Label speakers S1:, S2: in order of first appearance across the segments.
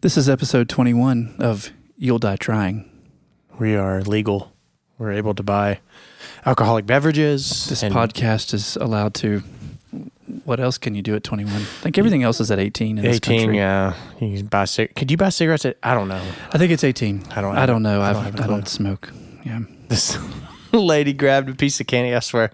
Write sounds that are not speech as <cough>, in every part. S1: This is episode 21 of You'll Die Trying.
S2: We are legal. We're able to buy alcoholic beverages.
S1: This
S2: and-
S1: podcast is allowed to. What else can you do at 21? I think everything else is at 18 in this
S2: 18,
S1: country.
S2: yeah. You can buy cig- Could you buy cigarettes at, I don't know.
S1: I think it's 18.
S2: I don't
S1: I don't know.
S2: I
S1: I
S2: don't
S1: don't,
S2: have
S1: I've,
S2: a
S1: I
S2: clue.
S1: don't smoke. Yeah.
S2: This <laughs> lady grabbed a piece of candy, I swear,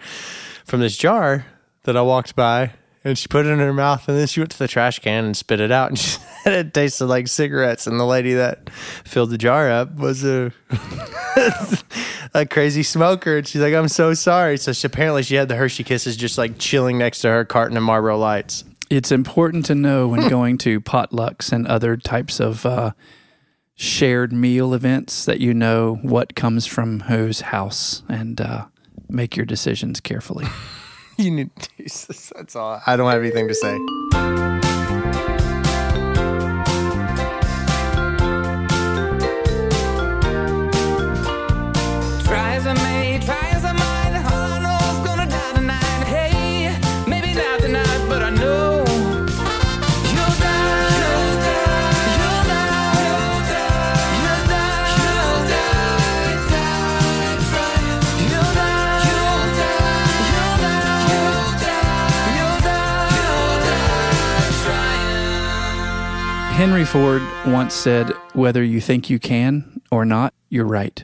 S2: from this jar that I walked by and she put it in her mouth and then she went to the trash can and spit it out and <laughs> she said it tasted like cigarettes. And the lady that filled the jar up was a, <laughs> a crazy smoker. And she's like, I'm so sorry. So she, apparently she had the Hershey Kisses just like chilling next to her carton of Marlboro Lights. <laughs>
S1: It's important to know when going to potlucks and other types of uh, shared meal events that you know what comes from whose house and uh, make your decisions carefully.
S2: You need Jesus. That's all. I don't have anything to say.
S3: Try as I may, try as I might, all I know is gonna die tonight. Hey, maybe not tonight, but I know you'll die. You'll die. You'll die. You'll die. You'll die. You'll die. You'll die. You'll die. You'll die. You'll die. You'll die.
S1: Henry Ford once said, Whether you think you can or not, you're right.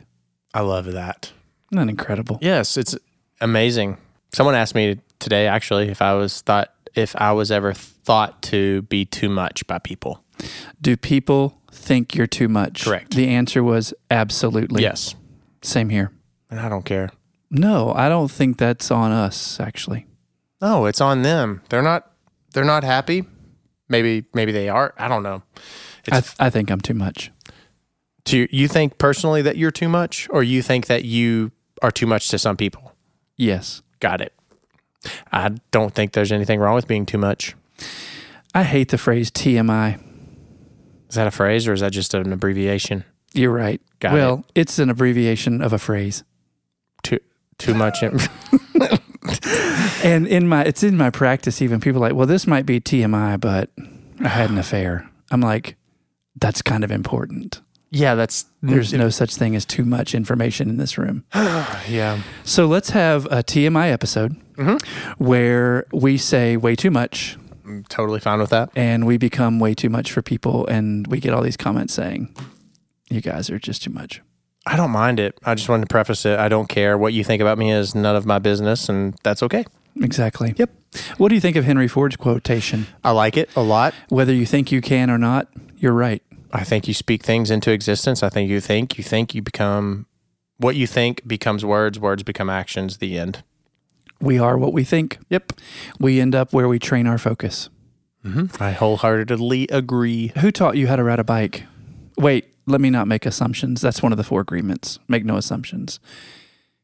S2: I love that.
S1: Isn't that incredible?
S2: Yes, it's amazing. Someone asked me today actually if I was thought if I was ever thought to be too much by people.
S1: Do people think you're too much?
S2: Correct.
S1: The answer was absolutely.
S2: Yes.
S1: Same here.
S2: And I don't care.
S1: No, I don't think that's on us, actually.
S2: No, it's on them. They're not they're not happy. Maybe maybe they are. I don't know.
S1: I,
S2: It's
S1: I think I'm too much.
S2: to you think personally that you're too much or you think that you are too much to some people.
S1: Yes.
S2: Got it. I don't think there's anything wrong with being too much.
S1: I hate the phrase TMI.
S2: Is that a phrase or is that just an abbreviation?
S1: You're right.
S2: Got
S1: well, it's an abbreviation of a phrase.
S2: Too too much. <laughs> in-
S1: And in my it's in my practice even people are like, "Well, this might be TMI, but I had an affair." I'm like, "That's kind of important.
S2: yeah, that's
S1: There's no such thing as too much information in this room."
S2: yeah.
S1: So let's have a TMI episode where we say way too much
S2: totally fine with that.
S1: and we become way too much for people and we get all these comments saying you guys are just too much.
S2: I don't mind it. I just wanted to preface it. I don't care what you think about me is none of my business, and that's okay.
S1: Exactly. Yep. What do you think of Henry Ford's quotation?
S2: I like it a lot.
S1: Whether you think you can or not, you're right.
S2: I think you speak things into existence. I think you think, you think, you become what you think becomes words, words become actions, the end.
S1: We are what we think.
S2: Yep.
S1: We end up where we train our focus.
S2: I wholeheartedly agree.
S1: Who taught you how to ride a bike? Wait, let me not make assumptions. That's one of the four agreements. Make no assumptions.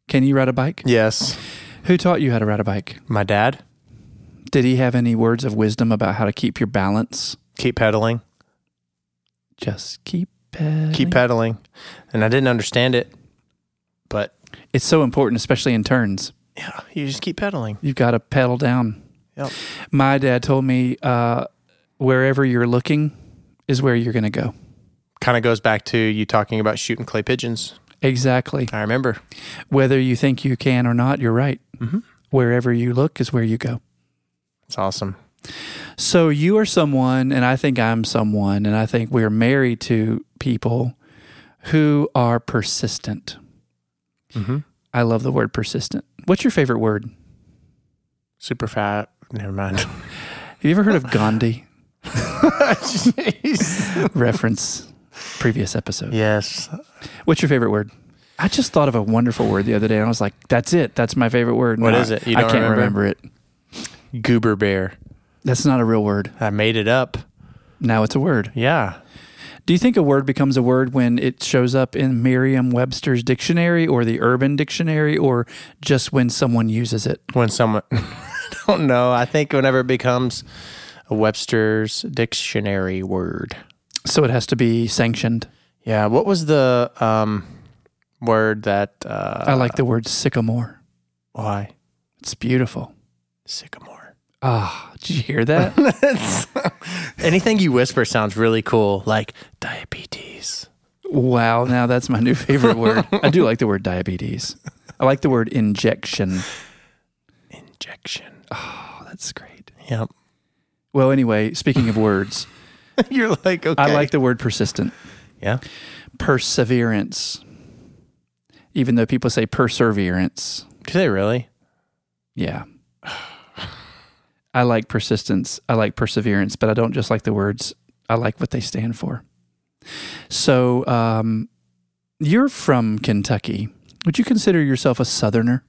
S1: Can you ride a bike?
S2: Yes.
S1: Who taught you how to ride a bike?
S2: My dad,
S1: Did he have any words of wisdom about how to keep your balance?
S2: keep pedaling,
S1: Just keep pedaling.
S2: keep pedaling. And I didn't understand it, but
S1: It's so important, especially in turns.
S2: yeah, you just keep pedaling.
S1: You've got to pedal down.
S2: Yep.
S1: My dad told me uh, wherever you're looking is where you're going to go.
S2: Kind of goes back to you talking about shooting clay pigeons.
S1: Exactly.
S2: I remember.
S1: Whether you think you can or not, you're right. Wherever you look is where you go.
S2: It's awesome.
S1: So you are someone, and I think I'm someone, and I think we're married to people who are persistent. I love the word persistent. What's your favorite word?
S2: Super fat. Never <laughs> mind.
S1: Have you ever heard of Gandhi? Reference previous episode.
S2: yes.
S1: What's your favorite word? I just thought of a wonderful word the other day, and I was like, "That's it. That's my favorite word."
S2: What
S1: What is
S2: is it? You don't
S1: I can't
S2: remember?
S1: remember it.
S2: Goober bear.
S1: That's not a real word.
S2: I made it up.
S1: Now it's a word.
S2: Yeah.
S1: Do you think a word becomes a word when it shows up in Merriam Webster's dictionary or the Urban Dictionary or just when someone uses it?
S2: When someone, <laughs> I don't know. I think whenever it becomes a Webster's dictionary word.
S1: So it has to be sanctioned.
S2: Yeah. What was the um, word that? Uh,
S1: I like the word sycamore.
S2: why
S1: It's beautiful.
S2: sycamore. <laughs>
S1: Ah, did you hear that?
S2: Anything you whisper sounds really cool, like diabetes.
S1: wow, now that's my new favorite word. I do like the word diabetes. I like the word injection.
S2: Injection.
S1: Oh, that's great.
S2: Yep.
S1: Well, anyway, speaking of words,
S2: <laughs> You're like, okay.
S1: I like the word persistent.
S2: Yeah.
S1: Perseverance. Even though people say perseverance.
S2: Do they really?
S1: Yeah. <sighs> I like persistence. I like perseverance, but I don't just like the words. I like what they stand for. So, um, you're from Kentucky. Would you consider yourself a Southerner?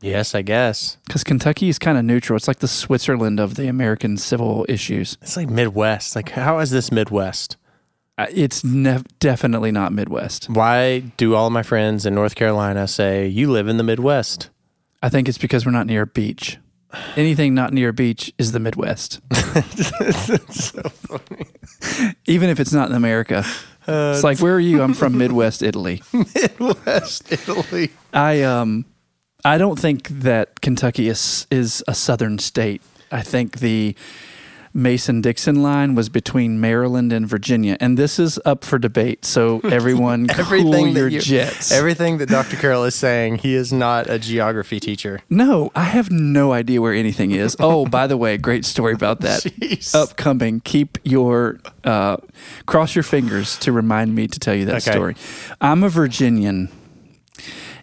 S2: Yes, I guess.
S1: Because Kentucky is kind of neutral. It's like the Switzerland of the American civil issues.
S2: It's like Midwest. Like, how is this Midwest?
S1: Uh, It's ne- definitely not Midwest.
S2: Why do all my friends in North Carolina say you live in the Midwest?
S1: I think it's because we're not near a beach. Anything not near a beach is the
S2: <laughs>
S1: Midwest. Even if it's not in America.
S2: Uh,
S1: it's like, where are you? I'm
S2: <laughs>
S1: from Midwest Italy.
S2: Midwest, Italy.
S1: I um I don't think that Kentucky is is a southern state. I think the Mason Dixon line was between Maryland and Virginia, and this is up for debate.
S2: <laughs>
S1: So everyone, cool
S2: that
S1: your
S2: you-
S1: jets.
S2: Everything that Dr. Carroll is saying, he is not a geography teacher.
S1: no, I have no idea where anything is.
S2: <laughs>
S1: Oh, by the way, great story about that.
S2: Jeez.
S1: Upcoming, keep your uh, cross your fingers to remind me to tell you that
S2: Okay.
S1: story. I'm a Virginian.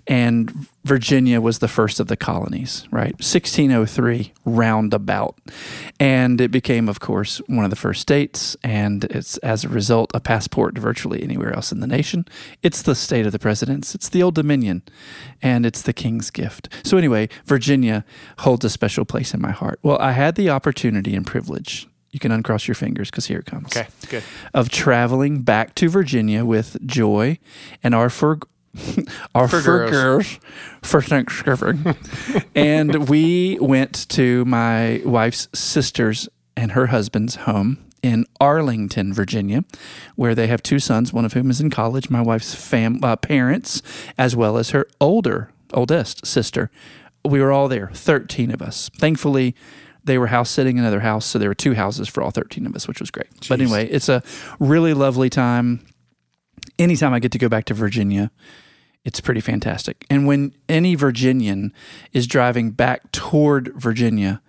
S1: and Virginia was the first of the colonies, right? 1603 roundabout. And it became, of course, one of the first states, and it's as a result a passport to virtually anywhere else in the nation. It's the state of the presidents, it's the old dominion, and it's the king's gift. So, anyway, Virginia holds a special place in my heart. Well, I had the opportunity and privilege. You can uncross your fingers because here it comes
S2: Okay, good.
S1: of traveling back to Virginia with Joy and our fur <laughs> our
S2: Fur
S1: fur
S2: girls.
S1: girls for Thanksgiving, and we went to my wife's sister's and her husband's home in Arlington, Virginia, where they have two sons, one of whom is in college. My wife's fam uh, parents, as well as her older oldest sister. We were all there, thirteen of us. Thankfully. They were house sitting another house, so there were two houses for all 13 of us, which was great. But anyway, it's a really lovely time anytime I get to go back to Virginia, it's pretty fantastic. And when any Virginian is driving back toward Virginia,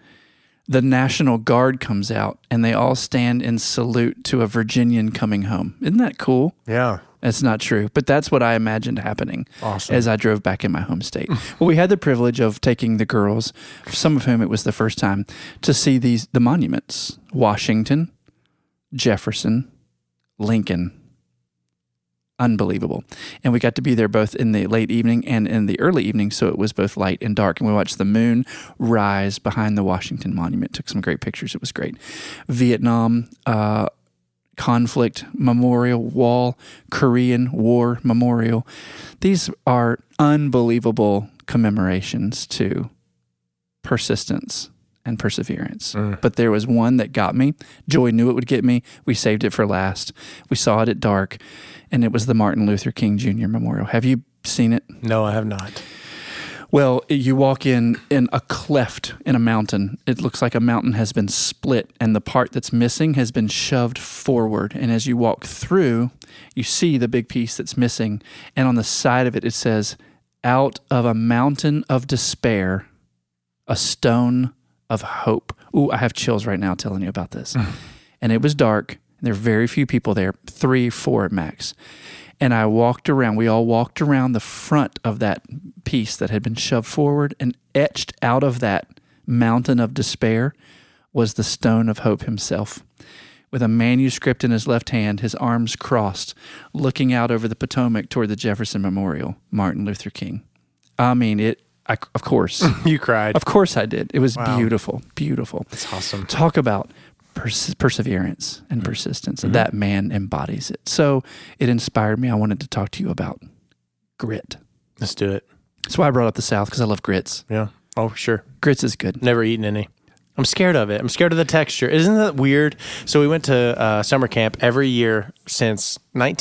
S1: the National Guard comes out and they all stand and salute to a Virginian coming home. Isn't that cool?
S2: Yeah.
S1: That's not true, but that's what I imagined happening as I drove back in my home state. well, we had the privilege of taking the girls, some of whom it was the first time, to see these the monuments: Washington, Jefferson, Lincoln. Unbelievable. And we got to be there both in the late evening and in the early evening, so it was both light and dark. And we watched the moon rise behind the Washington Monument. Took some great pictures. It was great. Vietnam, uh, conflict memorial wall, Korean War memorial. These are unbelievable commemorations to persistence and perseverance. But there was one that got me. Joy knew it would get me. We saved it for last. We saw it at dark, and it was the Martin Luther King Jr. Memorial. Have you seen it?
S2: No, I have not.
S1: Well, you walk in in a cleft in a mountain. It looks like a mountain has been split and the part that's missing has been shoved forward. And as you walk through, you see the big piece that's missing and on the side of it it says out of a mountain of despair a stone of hope. Ooh, I have chills right now telling you about this. and it was dark. And there were very few people there, three, four at max. And I walked around. We all walked around the front of that piece that had been shoved forward, and etched out of that mountain of despair was the stone of hope himself. With a manuscript in his left hand, his arms crossed, looking out over the Potomac toward the Jefferson Memorial, Martin Luther King. I mean, it, I, of course.
S2: You cried.
S1: Of course I did. It was beautiful, beautiful.
S2: That's awesome.
S1: Talk about pers- perseverance and
S2: Mm-hmm.
S1: persistence. That man embodies it. So it inspired me. I wanted to talk to you about grit.
S2: Let's do it.
S1: That's why I brought up the South because I love grits.
S2: Yeah. Oh, sure.
S1: Grits is good.
S2: Never eaten any. I'm scared of it. I'm scared of the texture. Isn't that weird? So we went to uh, summer camp every year since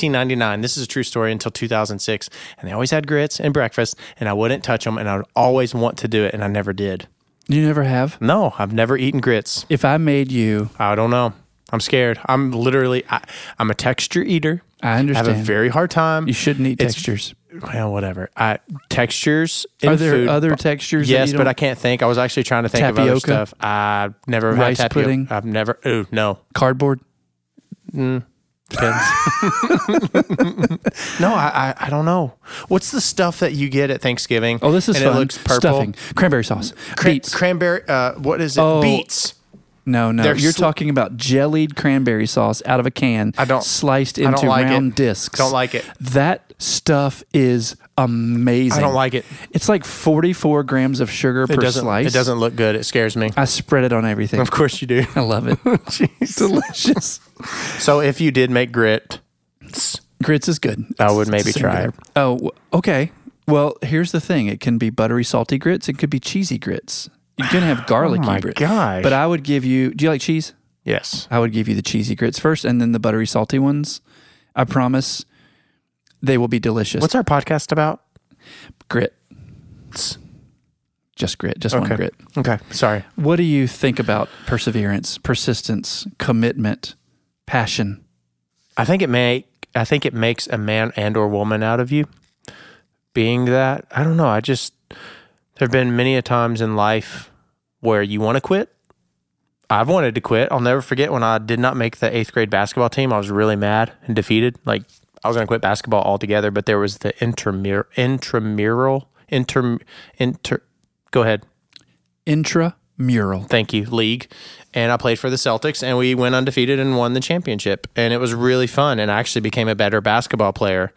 S2: 1999. This is a true story until 2006, and they always had grits and breakfast, and I wouldn't touch them, and I'd always want to do it, and I never did.
S1: You never have.
S2: No, I've never eaten grits.
S1: If I made you,
S2: I don't know. I'm scared. I'm literally, I, I'm a texture eater.
S1: I
S2: I have
S1: understand.
S2: a very hard time.
S1: you shouldn't eat
S2: It's-
S1: textures.
S2: well, whatever. I, textures. In
S1: Are there
S2: food,
S1: other textures? that
S2: Yes,
S1: you
S2: but
S1: don't-
S2: I can't think. I was actually trying to think of
S1: Tapioca?
S2: other stuff. I've never
S1: Rice
S2: had tapioca.
S1: pudding?
S2: I've never. Ooh, no.
S1: cardboard.
S2: Depends. no, I, I I don't know. What's the stuff that you get at Thanksgiving?
S1: Oh, this is
S2: and
S1: fun.
S2: It looks purple.
S1: Stuffing, cranberry sauce,
S2: Cra-
S1: beets.
S2: cranberry. Uh, what is it?
S1: Oh.
S2: Beets.
S1: no, no,
S2: they're
S1: you're
S2: sl-
S1: talking about jellied cranberry sauce out of a can.
S2: I don't-
S1: sliced
S2: don't
S1: into
S2: like it.
S1: round discs.
S2: Don't like it.
S1: That stuff is amazing.
S2: I don't like it.
S1: It's like 44 grams of sugar
S2: It
S1: per
S2: doesn't.
S1: slice.
S2: It doesn't look good. It scares me.
S1: I spread it on everything.
S2: <laughs> Of course you do.
S1: I love it. Delicious.
S2: <laughs> So if you did make grit,
S1: Grits is good.
S2: I would
S1: It's
S2: maybe try it.
S1: singular. Oh, w- okay. Well, here's the thing. It can be buttery, salty grits. It could be cheesy grits. You can
S2: <sighs>
S1: have garlicky
S2: Oh my
S1: grits.
S2: gosh.
S1: But I would give you. Do you like cheese?
S2: yes,
S1: I would give you the cheesy grits first, and then the buttery, salty ones. I promise, they will be delicious.
S2: what's our podcast about?
S1: grit? Just grit. Just one grit.
S2: Okay. Sorry.
S1: What do you think about perseverance, persistence, commitment, passion?
S2: I think it make I think it makes a man and or woman out of you. Being that, I don't know. I just there have been many a times in life where you want to quit. I've wanted to quit. I'll never forget when I did not make the eighth grade basketball team. I was really mad and defeated. Like I was going to quit basketball altogether, but there was the intramur- intramural inter inter. Go ahead.
S1: Intramural.
S2: Thank you, league. And I played for the Celtics and we went undefeated and won the championship. And it was really fun. And I actually became a better basketball player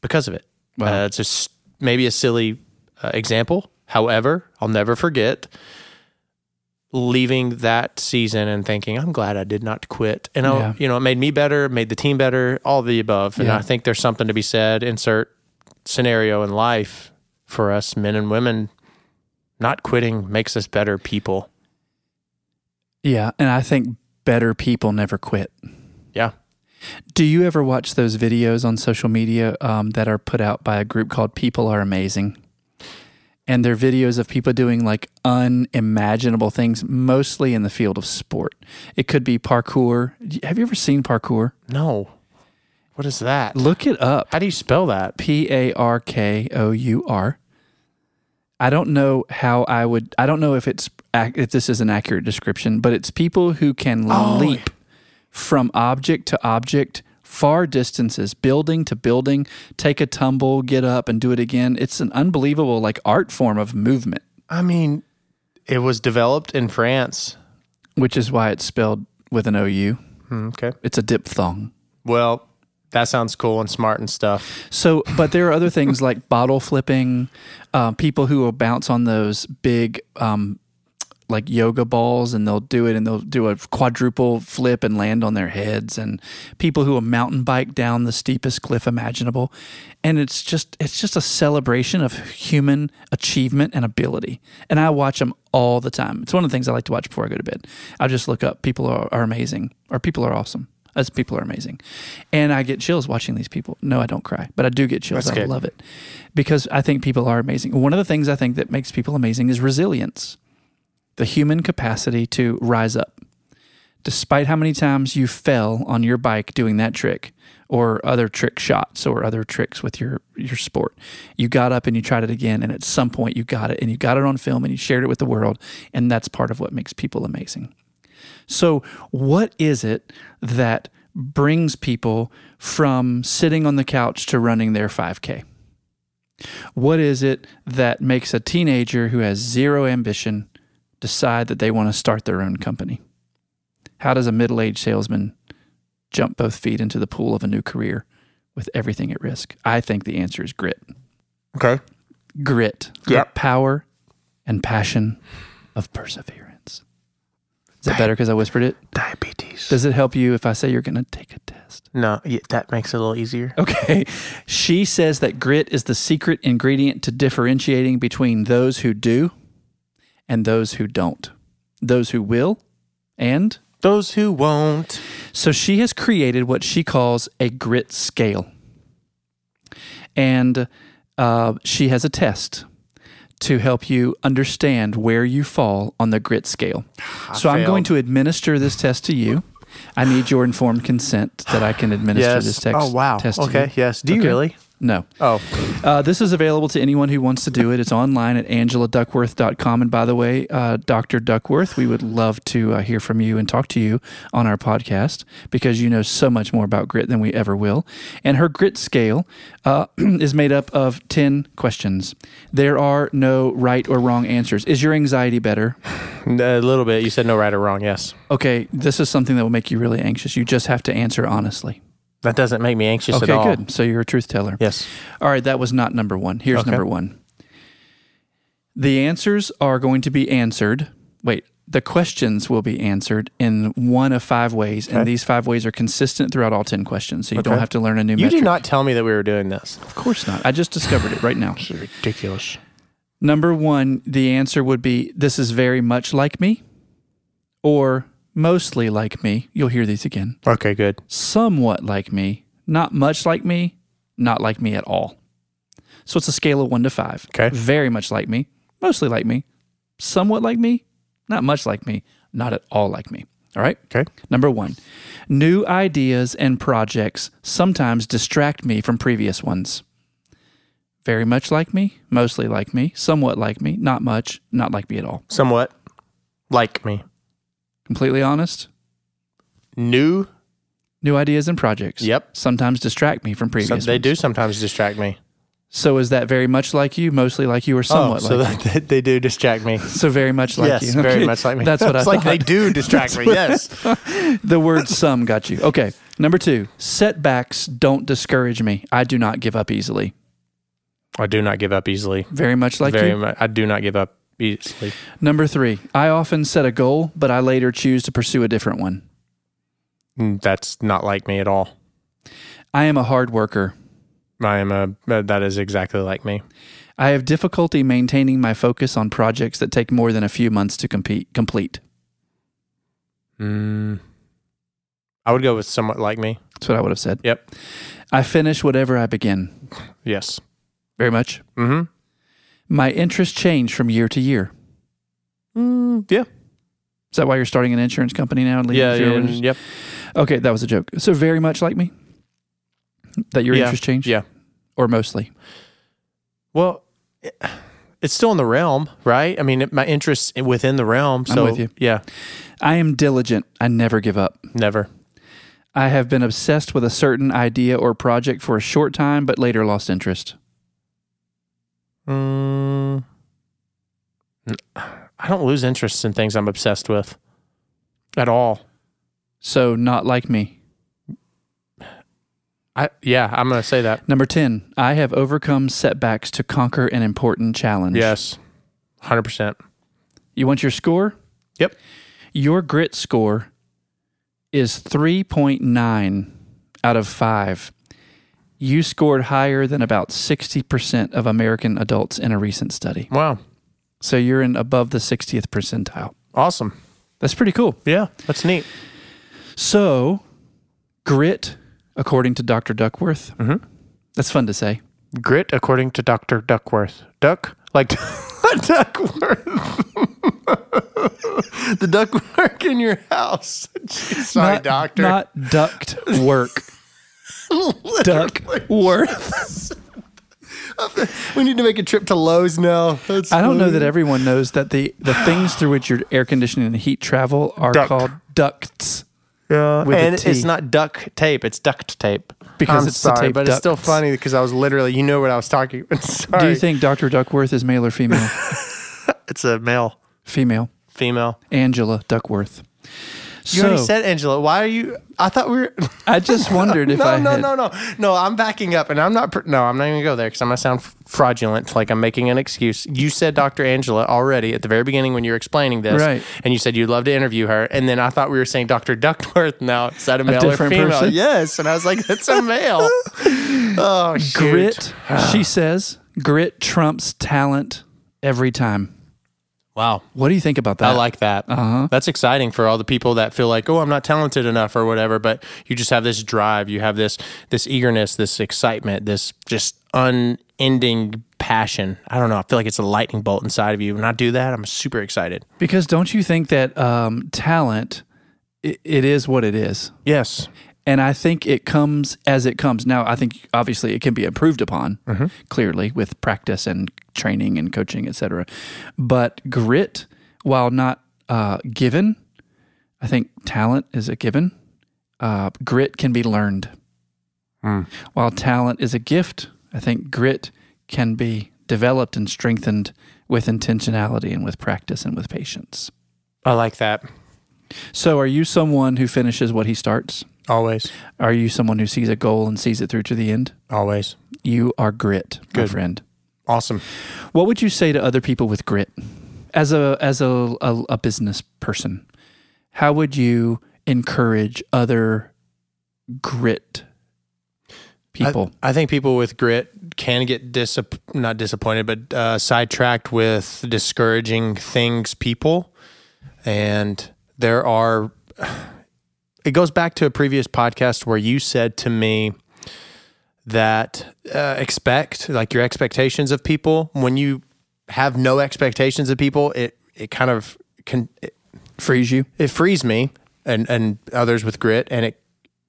S2: because of it.
S1: Wow.
S2: Uh, it's just maybe a silly uh, example. However, I'll never forget leaving that season and thinking, I'm glad I did not quit. And, I'll-
S1: Yeah.
S2: you know, it made me better, made the team better, all the above. And
S1: Yeah.
S2: I think there's something to be said, insert scenario in life for us men and women. Not quitting makes us better people.
S1: Yeah, and I think better people never quit.
S2: Yeah.
S1: Do you ever watch those videos on social media um, that are put out by a group called People Are Amazing? And they're videos of people doing like unimaginable things, mostly in the field of sport. It could be parkour. Have you ever seen parkour?
S2: No. What is that?
S1: Look it up.
S2: How do you spell that?
S1: P A R K O U R. I don't know how I would. I don't know if it's ac- if this is an accurate description, but it's people who can leap from object to object, far distances, building to building, take a tumble, get up, and do it again. It's an unbelievable like art form of movement,
S2: I mean, it was developed in France.
S1: which is why it's spelled with an O U.
S2: Mm, Okay.
S1: It's a diphthong.
S2: Well, that sounds cool and smart and stuff.
S1: So, but there are other things like bottle flipping, uh, people who will bounce on those big, um, like yoga balls, and they'll do it and they'll do a quadruple flip and land on their heads, and people who will mountain bike down the steepest cliff imaginable, and it's just it's just a celebration of human achievement and ability. And I watch them all the time. It's one of the things I like to watch before I go to bed. I'll just look up people are, are amazing or people are awesome. Us people are amazing. And I get chills watching these people. No, I don't cry, but I do get chills.
S2: That's
S1: I
S2: good.
S1: love it because I think people are amazing. One of the things I think that makes people amazing is resilience, the human capacity to rise up. Despite how many times you fell on your bike doing that trick or other trick shots or other tricks with your, your sport, you got up and you tried it again. And at some point, you got it and you got it on film and you shared it with the world. And that's part of what makes people amazing. So, what is it that brings people from sitting on the couch to running their 5K? What is it that makes a teenager who has zero ambition decide that they want to start their own company? How does a middle aged salesman jump both feet into the pool of a new career with everything at risk? I think the answer is grit.
S2: Okay.
S1: Grit, the
S2: Yep.
S1: power and passion of perseverance. Is that better because I whispered it?
S2: Diabetes.
S1: Does it help you if I say you're going to take a test? <laughs>
S2: no, yeah, that makes it a little easier.
S1: Okay. She says that grit is the secret ingredient to differentiating between those who do and those who don't, those who will and.
S2: Those who won't.
S1: So she has created what she calls a grit scale. And uh, she has a test to help you understand where you fall on the grit scale. so I'm
S2: failed.
S1: going to administer this test to you. I need your informed consent that I can administer
S2: Yes.
S1: this text.
S2: Oh, wow.
S1: Test to
S2: Okay.
S1: you.
S2: Yes. Do you really?
S1: No.
S2: Oh,
S1: Uh, this is available to anyone who wants to do it. It's online at angeladuckworth.com. And by the way, uh, Dr. Duckworth, we would love to uh, hear from you and talk to you on our podcast because you know so much more about grit than we ever will. And her grit scale uh, <clears throat> is made up of 10 questions. There are no right or wrong answers. Is your anxiety better?
S2: a little bit. You said no right or wrong. Yes.
S1: Okay, this is something that will make you really anxious. You just have to answer honestly.
S2: That doesn't make me anxious at
S1: Okay,
S2: all.
S1: good. So you're a truth teller.
S2: Yes.
S1: All right, that was not number one. Here's
S2: Okay.
S1: number one. The answers are going to be answered. Wait, the questions will be answered in one of five ways, and these five ways are consistent throughout all ten questions. So you don't
S2: Okay.
S1: have to learn a new
S2: You
S1: metric.
S2: did not tell me that we were doing this.
S1: Of course not. I just discovered it right now.
S2: Ridiculous.
S1: Number one, the answer would be this is very much like me, or mostly like me. You'll hear these again.
S2: Okay. Good.
S1: Somewhat like me, not much like me, not like me at all. So it's a scale of one to five.
S2: Okay.
S1: very much like me, mostly like me, somewhat like me, not much like me, not at all like me. All right.
S2: Okay.
S1: Number one, new ideas and projects sometimes distract me from previous ones. Very much like me, mostly like me, somewhat like me, not much, not like me at all.
S2: Somewhat like me.
S1: Completely honest,
S2: New.
S1: new ideas and projects.
S2: Yep.
S1: Sometimes distract me from previous
S2: Some, they
S1: ones.
S2: do sometimes distract me.
S1: So is that very much like you, mostly like you, or <laughs> somewhat
S2: Oh, so
S1: like you?
S2: that, that <laughs> they do distract me.
S1: So very much like
S2: yes,
S1: you.
S2: very
S1: Okay.
S2: much like me.
S1: That's
S2: <laughs>
S1: what I
S2: it's
S1: thought.
S2: like they do
S1: <laughs>
S2: distract me. Yes.
S1: The word some got you. Okay. Number two, setbacks don't discourage me. I do not give up easily.
S2: I do not give up easily.
S1: Very much like
S2: Very
S1: you.
S2: much. I do not give up easily.
S1: Number three, I often set a goal, but I later choose to pursue a different one.
S2: Mm, That's not like me at all.
S1: I am a hard worker.
S2: I am a. uh, That is exactly like me.
S1: I have difficulty maintaining my focus on projects that take more than a few months to compete, complete.
S2: Mm. I would go with somewhat like me.
S1: That's what I would have said.
S2: Yep.
S1: I finish whatever I begin.
S2: Yes.
S1: Very much.
S2: Mm-hmm.
S1: My interests change from year to year.
S2: Mm, yeah.
S1: Is that why you're starting an insurance company now? And leaving
S2: Yeah.
S1: if you're-
S2: yeah and- yep.
S1: Okay, that was a joke. So very much like me, that your
S2: Yeah,
S1: interests change.
S2: yeah.
S1: or mostly.
S2: Well, it- it's still in the realm, right? I mean, it, my interests within the realm. So
S1: with you.
S2: yeah,
S1: I am diligent. I never give up.
S2: never.
S1: I have been obsessed with a certain idea or project for a short time, but later lost interest.
S2: Mm, N- I don't lose interest in things I'm obsessed with at all.
S1: So, not like me.
S2: I yeah, I'm gonna say that.
S1: Number 10, I have overcome setbacks to conquer an important challenge.
S2: Yes, hundred percent.
S1: You want your score?
S2: Yep.
S1: Your grit score is 3.9 out of 5. You scored higher than about 60% of American adults in a recent study.
S2: Wow,
S1: So, you're in above the 60th percentile.
S2: awesome.
S1: That's pretty cool.
S2: Yeah, that's neat.
S1: So, grit, according to Dr. Duckworth,
S2: Mhm.
S1: that's fun to say.
S2: Grit, according to Doctor Duckworth. Duck
S1: <laughs>
S2: like <laughs> Duckworth. the duck work in your house. Jeez, sorry,
S1: not,
S2: doctor. <laughs>
S1: Not duct work. duck <laughs> worth.
S2: we need to make a trip to Lowe's now. That's
S1: I don't know
S2: funny.
S1: that everyone knows that the, the things through which your air conditioning and heat travel are
S2: Duct.
S1: called ducts. with a
S2: and
S1: T.
S2: it's not duct tape; it's duct tape.
S1: Because
S2: I'm
S1: it's the
S2: sorry,
S1: tape
S2: but it's still
S1: ducts.
S2: funny because I was literally, you know, what I was talking. <laughs> About. Sorry,
S1: Do you think Dr. Duckworth is male or
S2: <laughs>
S1: female?
S2: it's a male,
S1: female.
S2: female?
S1: Angela Duckworth.
S2: You
S1: so,
S2: already said Angela. Why are you? I thought we were.
S1: I
S2: <laughs>
S1: just wondered if
S2: no,
S1: I
S2: no,
S1: had,
S2: no, no, no. I'm backing up, and I'm not. Pr- no, I'm not even gonna go there because I'm gonna sound f- fraudulent, like I'm making an excuse. You said Dr. Angela already at the very beginning when you were explaining this,
S1: Right.
S2: And you said you'd love to interview her, and then I thought we were saying Dr. Duckworth. Now is that a male or
S1: different
S2: female?
S1: person?
S2: Yes, and I was like, that's
S1: <laughs>
S2: a male. oh, shoot.
S1: grit. she says grit trumps talent every time.
S2: Wow,
S1: What do you think about that?
S2: I like that. Uh-huh. That's exciting for all the people that feel like, oh, I'm not talented enough or whatever. But you just have this drive, you have this this eagerness, this excitement, this just unending passion. I don't know. I feel like it's a lightning bolt inside of you. When I do that, I'm super excited.
S1: Because don't you think that um, talent, it, it is what it is?
S2: Yes.
S1: And I think it comes as it comes. Now, I think obviously it can be improved upon, clearly, with practice and training and coaching, et cetera. But grit, while not uh, given, I think talent is a given. Uh, grit can be learned. While talent is a gift, I think grit can be developed and strengthened with intentionality and with practice and with patience.
S2: I like that.
S1: So, are you someone who finishes what he starts?
S2: Always.
S1: Are you someone who sees a goal and sees it through to the end?
S2: Always.
S1: You are grit, my
S2: Good.
S1: friend.
S2: Awesome.
S1: What would you say to other people with grit, as a as a, a, a business person? How would you encourage other grit people?
S2: I, I think people with grit can get disapp- not disappointed, but uh, sidetracked with discouraging things, people, and there are. It goes back to a previous podcast where you said to me that uh, expect like your expectations of people when you have no expectations of people it it kind of can
S1: Freeze you?
S2: it frees me and and others with grit and it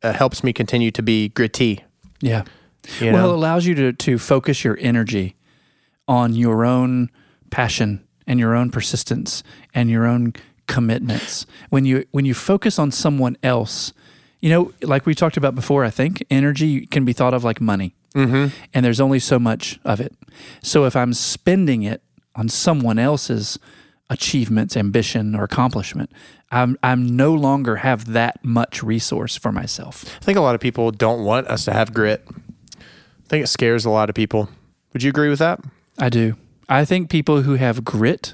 S2: uh, helps me continue to be gritty
S1: Yeah.
S2: you
S1: well,
S2: know?
S1: it allows you to to focus your energy on your own passion and your own persistence and your own commitments. When you when you focus on someone else, you know, like we talked about before, I think energy can be thought of like money, mm-hmm. and there's only so much of it. So if I'm spending it on someone else's achievements, ambition, or accomplishment, I'm I'm no longer have that much resource for myself.
S2: I think a lot of people don't want us to have grit. I think it scares a lot of people. Would you agree with that?
S1: I do. I think people who have grit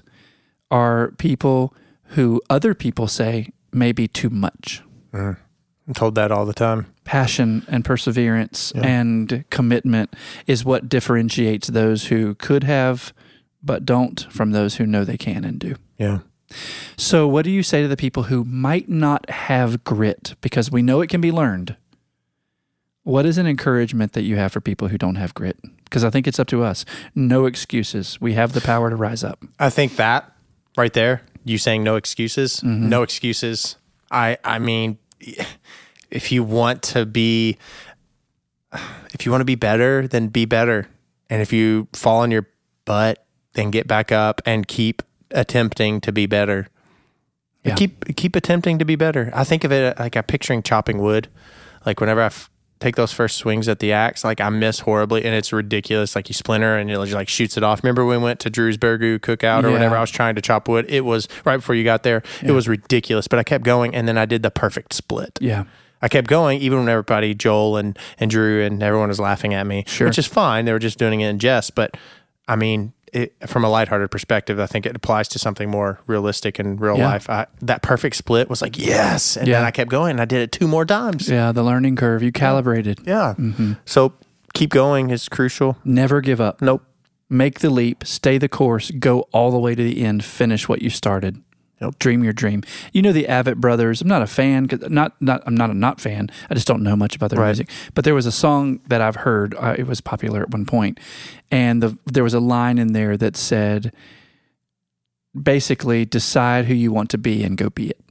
S1: are people who other people say may be too much.
S2: I'm told that all the time.
S1: Passion and perseverance and commitment is what differentiates those who could have but don't from those who know they can and do.
S2: Yeah.
S1: So, what do you say to the people who might not have grit because we know it can be learned? What is an encouragement that you have for people who don't have grit? Because I think it's up to us. No excuses. We have the power to rise up.
S2: I think that right there, you saying no excuses, no excuses. I I mean if you want to be if you want to be better, then be better. And if you fall on your butt, then get back up and keep attempting to be better.
S1: Yeah.
S2: Keep keep attempting to be better. I think of it like I'm picturing chopping wood. Like whenever I f- take those first swings at the axe, like I miss horribly, and it's ridiculous. Like you splinter and it just like shoots it off. Remember when we went to Drew's Burgoo cookout or
S1: Yeah.
S2: whenever I was trying to chop wood? It was right before you got there. It was ridiculous, but I kept going, and then I did the perfect split.
S1: Yeah.
S2: I kept going, even when everybody, Joel and, and Drew and everyone was laughing at me,
S1: Sure.
S2: which is fine. They were just doing it in jest. But I mean, it, from a lighthearted perspective, I think it applies to something more realistic in real
S1: Yeah.
S2: life. I, that perfect split was like, yes. And then
S1: Yeah.
S2: I kept going and I did it two more times. Yeah.
S1: Yeah, Mm-hmm. the learning curve. You calibrated.
S2: So keep going is crucial.
S1: Never give up.
S2: Nope.
S1: Make the leap, stay the course, go all the way to the end, finish what you started.
S2: Yep.
S1: Dream your dream. You know the Avett Brothers. I'm not a fan. 'cause- Not not. I'm not a not fan. I just don't know much about their
S2: Right.
S1: music. But there was a song that I've heard. Uh, it was popular at one point, and the, there was a line in there that said, basically, decide who you want to be and go be it.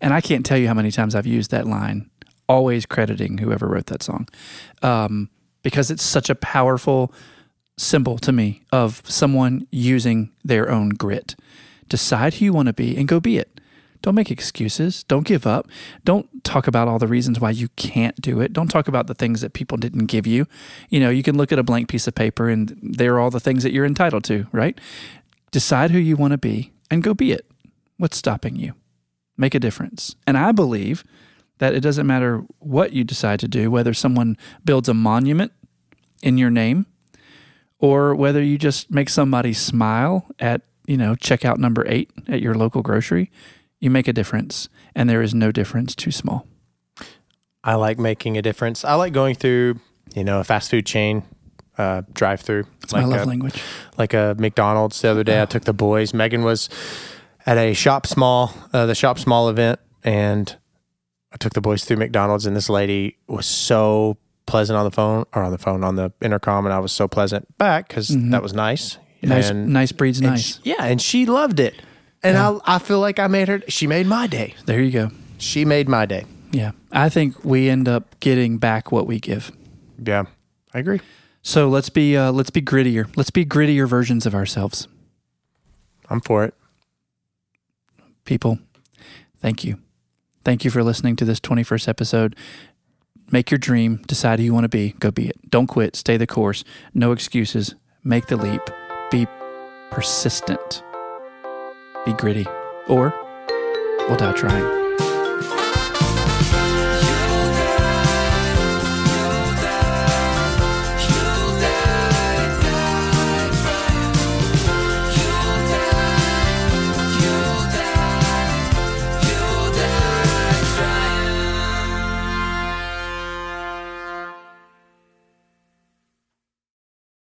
S1: And I can't tell you how many times I've used that line, always crediting whoever wrote that song, um, because it's such a powerful symbol to me of someone using their own grit. Decide who you want to be and go be it. Don't make excuses. Don't give up. Don't talk about all the reasons why you can't do it. Don't talk about the things that people didn't give you. You know, you can look at a blank piece of paper and there are all the things that you're entitled to, right? Decide who you want to be and go be it. What's stopping you? Make a difference. And I believe that it doesn't matter what you decide to do, whether someone builds a monument in your name or whether you just make somebody smile at, you know, checkout number eight at your local grocery, you make a difference. And there is no difference too small.
S2: I like making a difference. I like going through, you know, a fast food chain uh, drive through.
S1: It's my love language.
S2: like a McDonald's the other day. I took the boys. Megan was at a shop small, uh, the shop small event, and I took the boys through McDonald's. And this lady was so pleasant on the phone or on the phone on the intercom, and I was so pleasant back because that was Mm-hmm. nice.
S1: Nice,
S2: and,
S1: nice breeds
S2: and
S1: nice.
S2: she- yeah, and she loved it, and I I feel like I made her. She made my day.
S1: there you go.
S2: She made my day.
S1: Yeah. I think we end up getting back what we give.
S2: Yeah, I agree.
S1: So let's be uh, let's be grittier. Let's be grittier versions of ourselves,
S2: I'm for it.
S1: people. Thank you, thank you for listening to this twenty first episode. Make your dream. Decide who you want to be. Go be it. Don't quit. Stay the course. No excuses. Make the leap. Be persistent. Be gritty, or we'll die trying.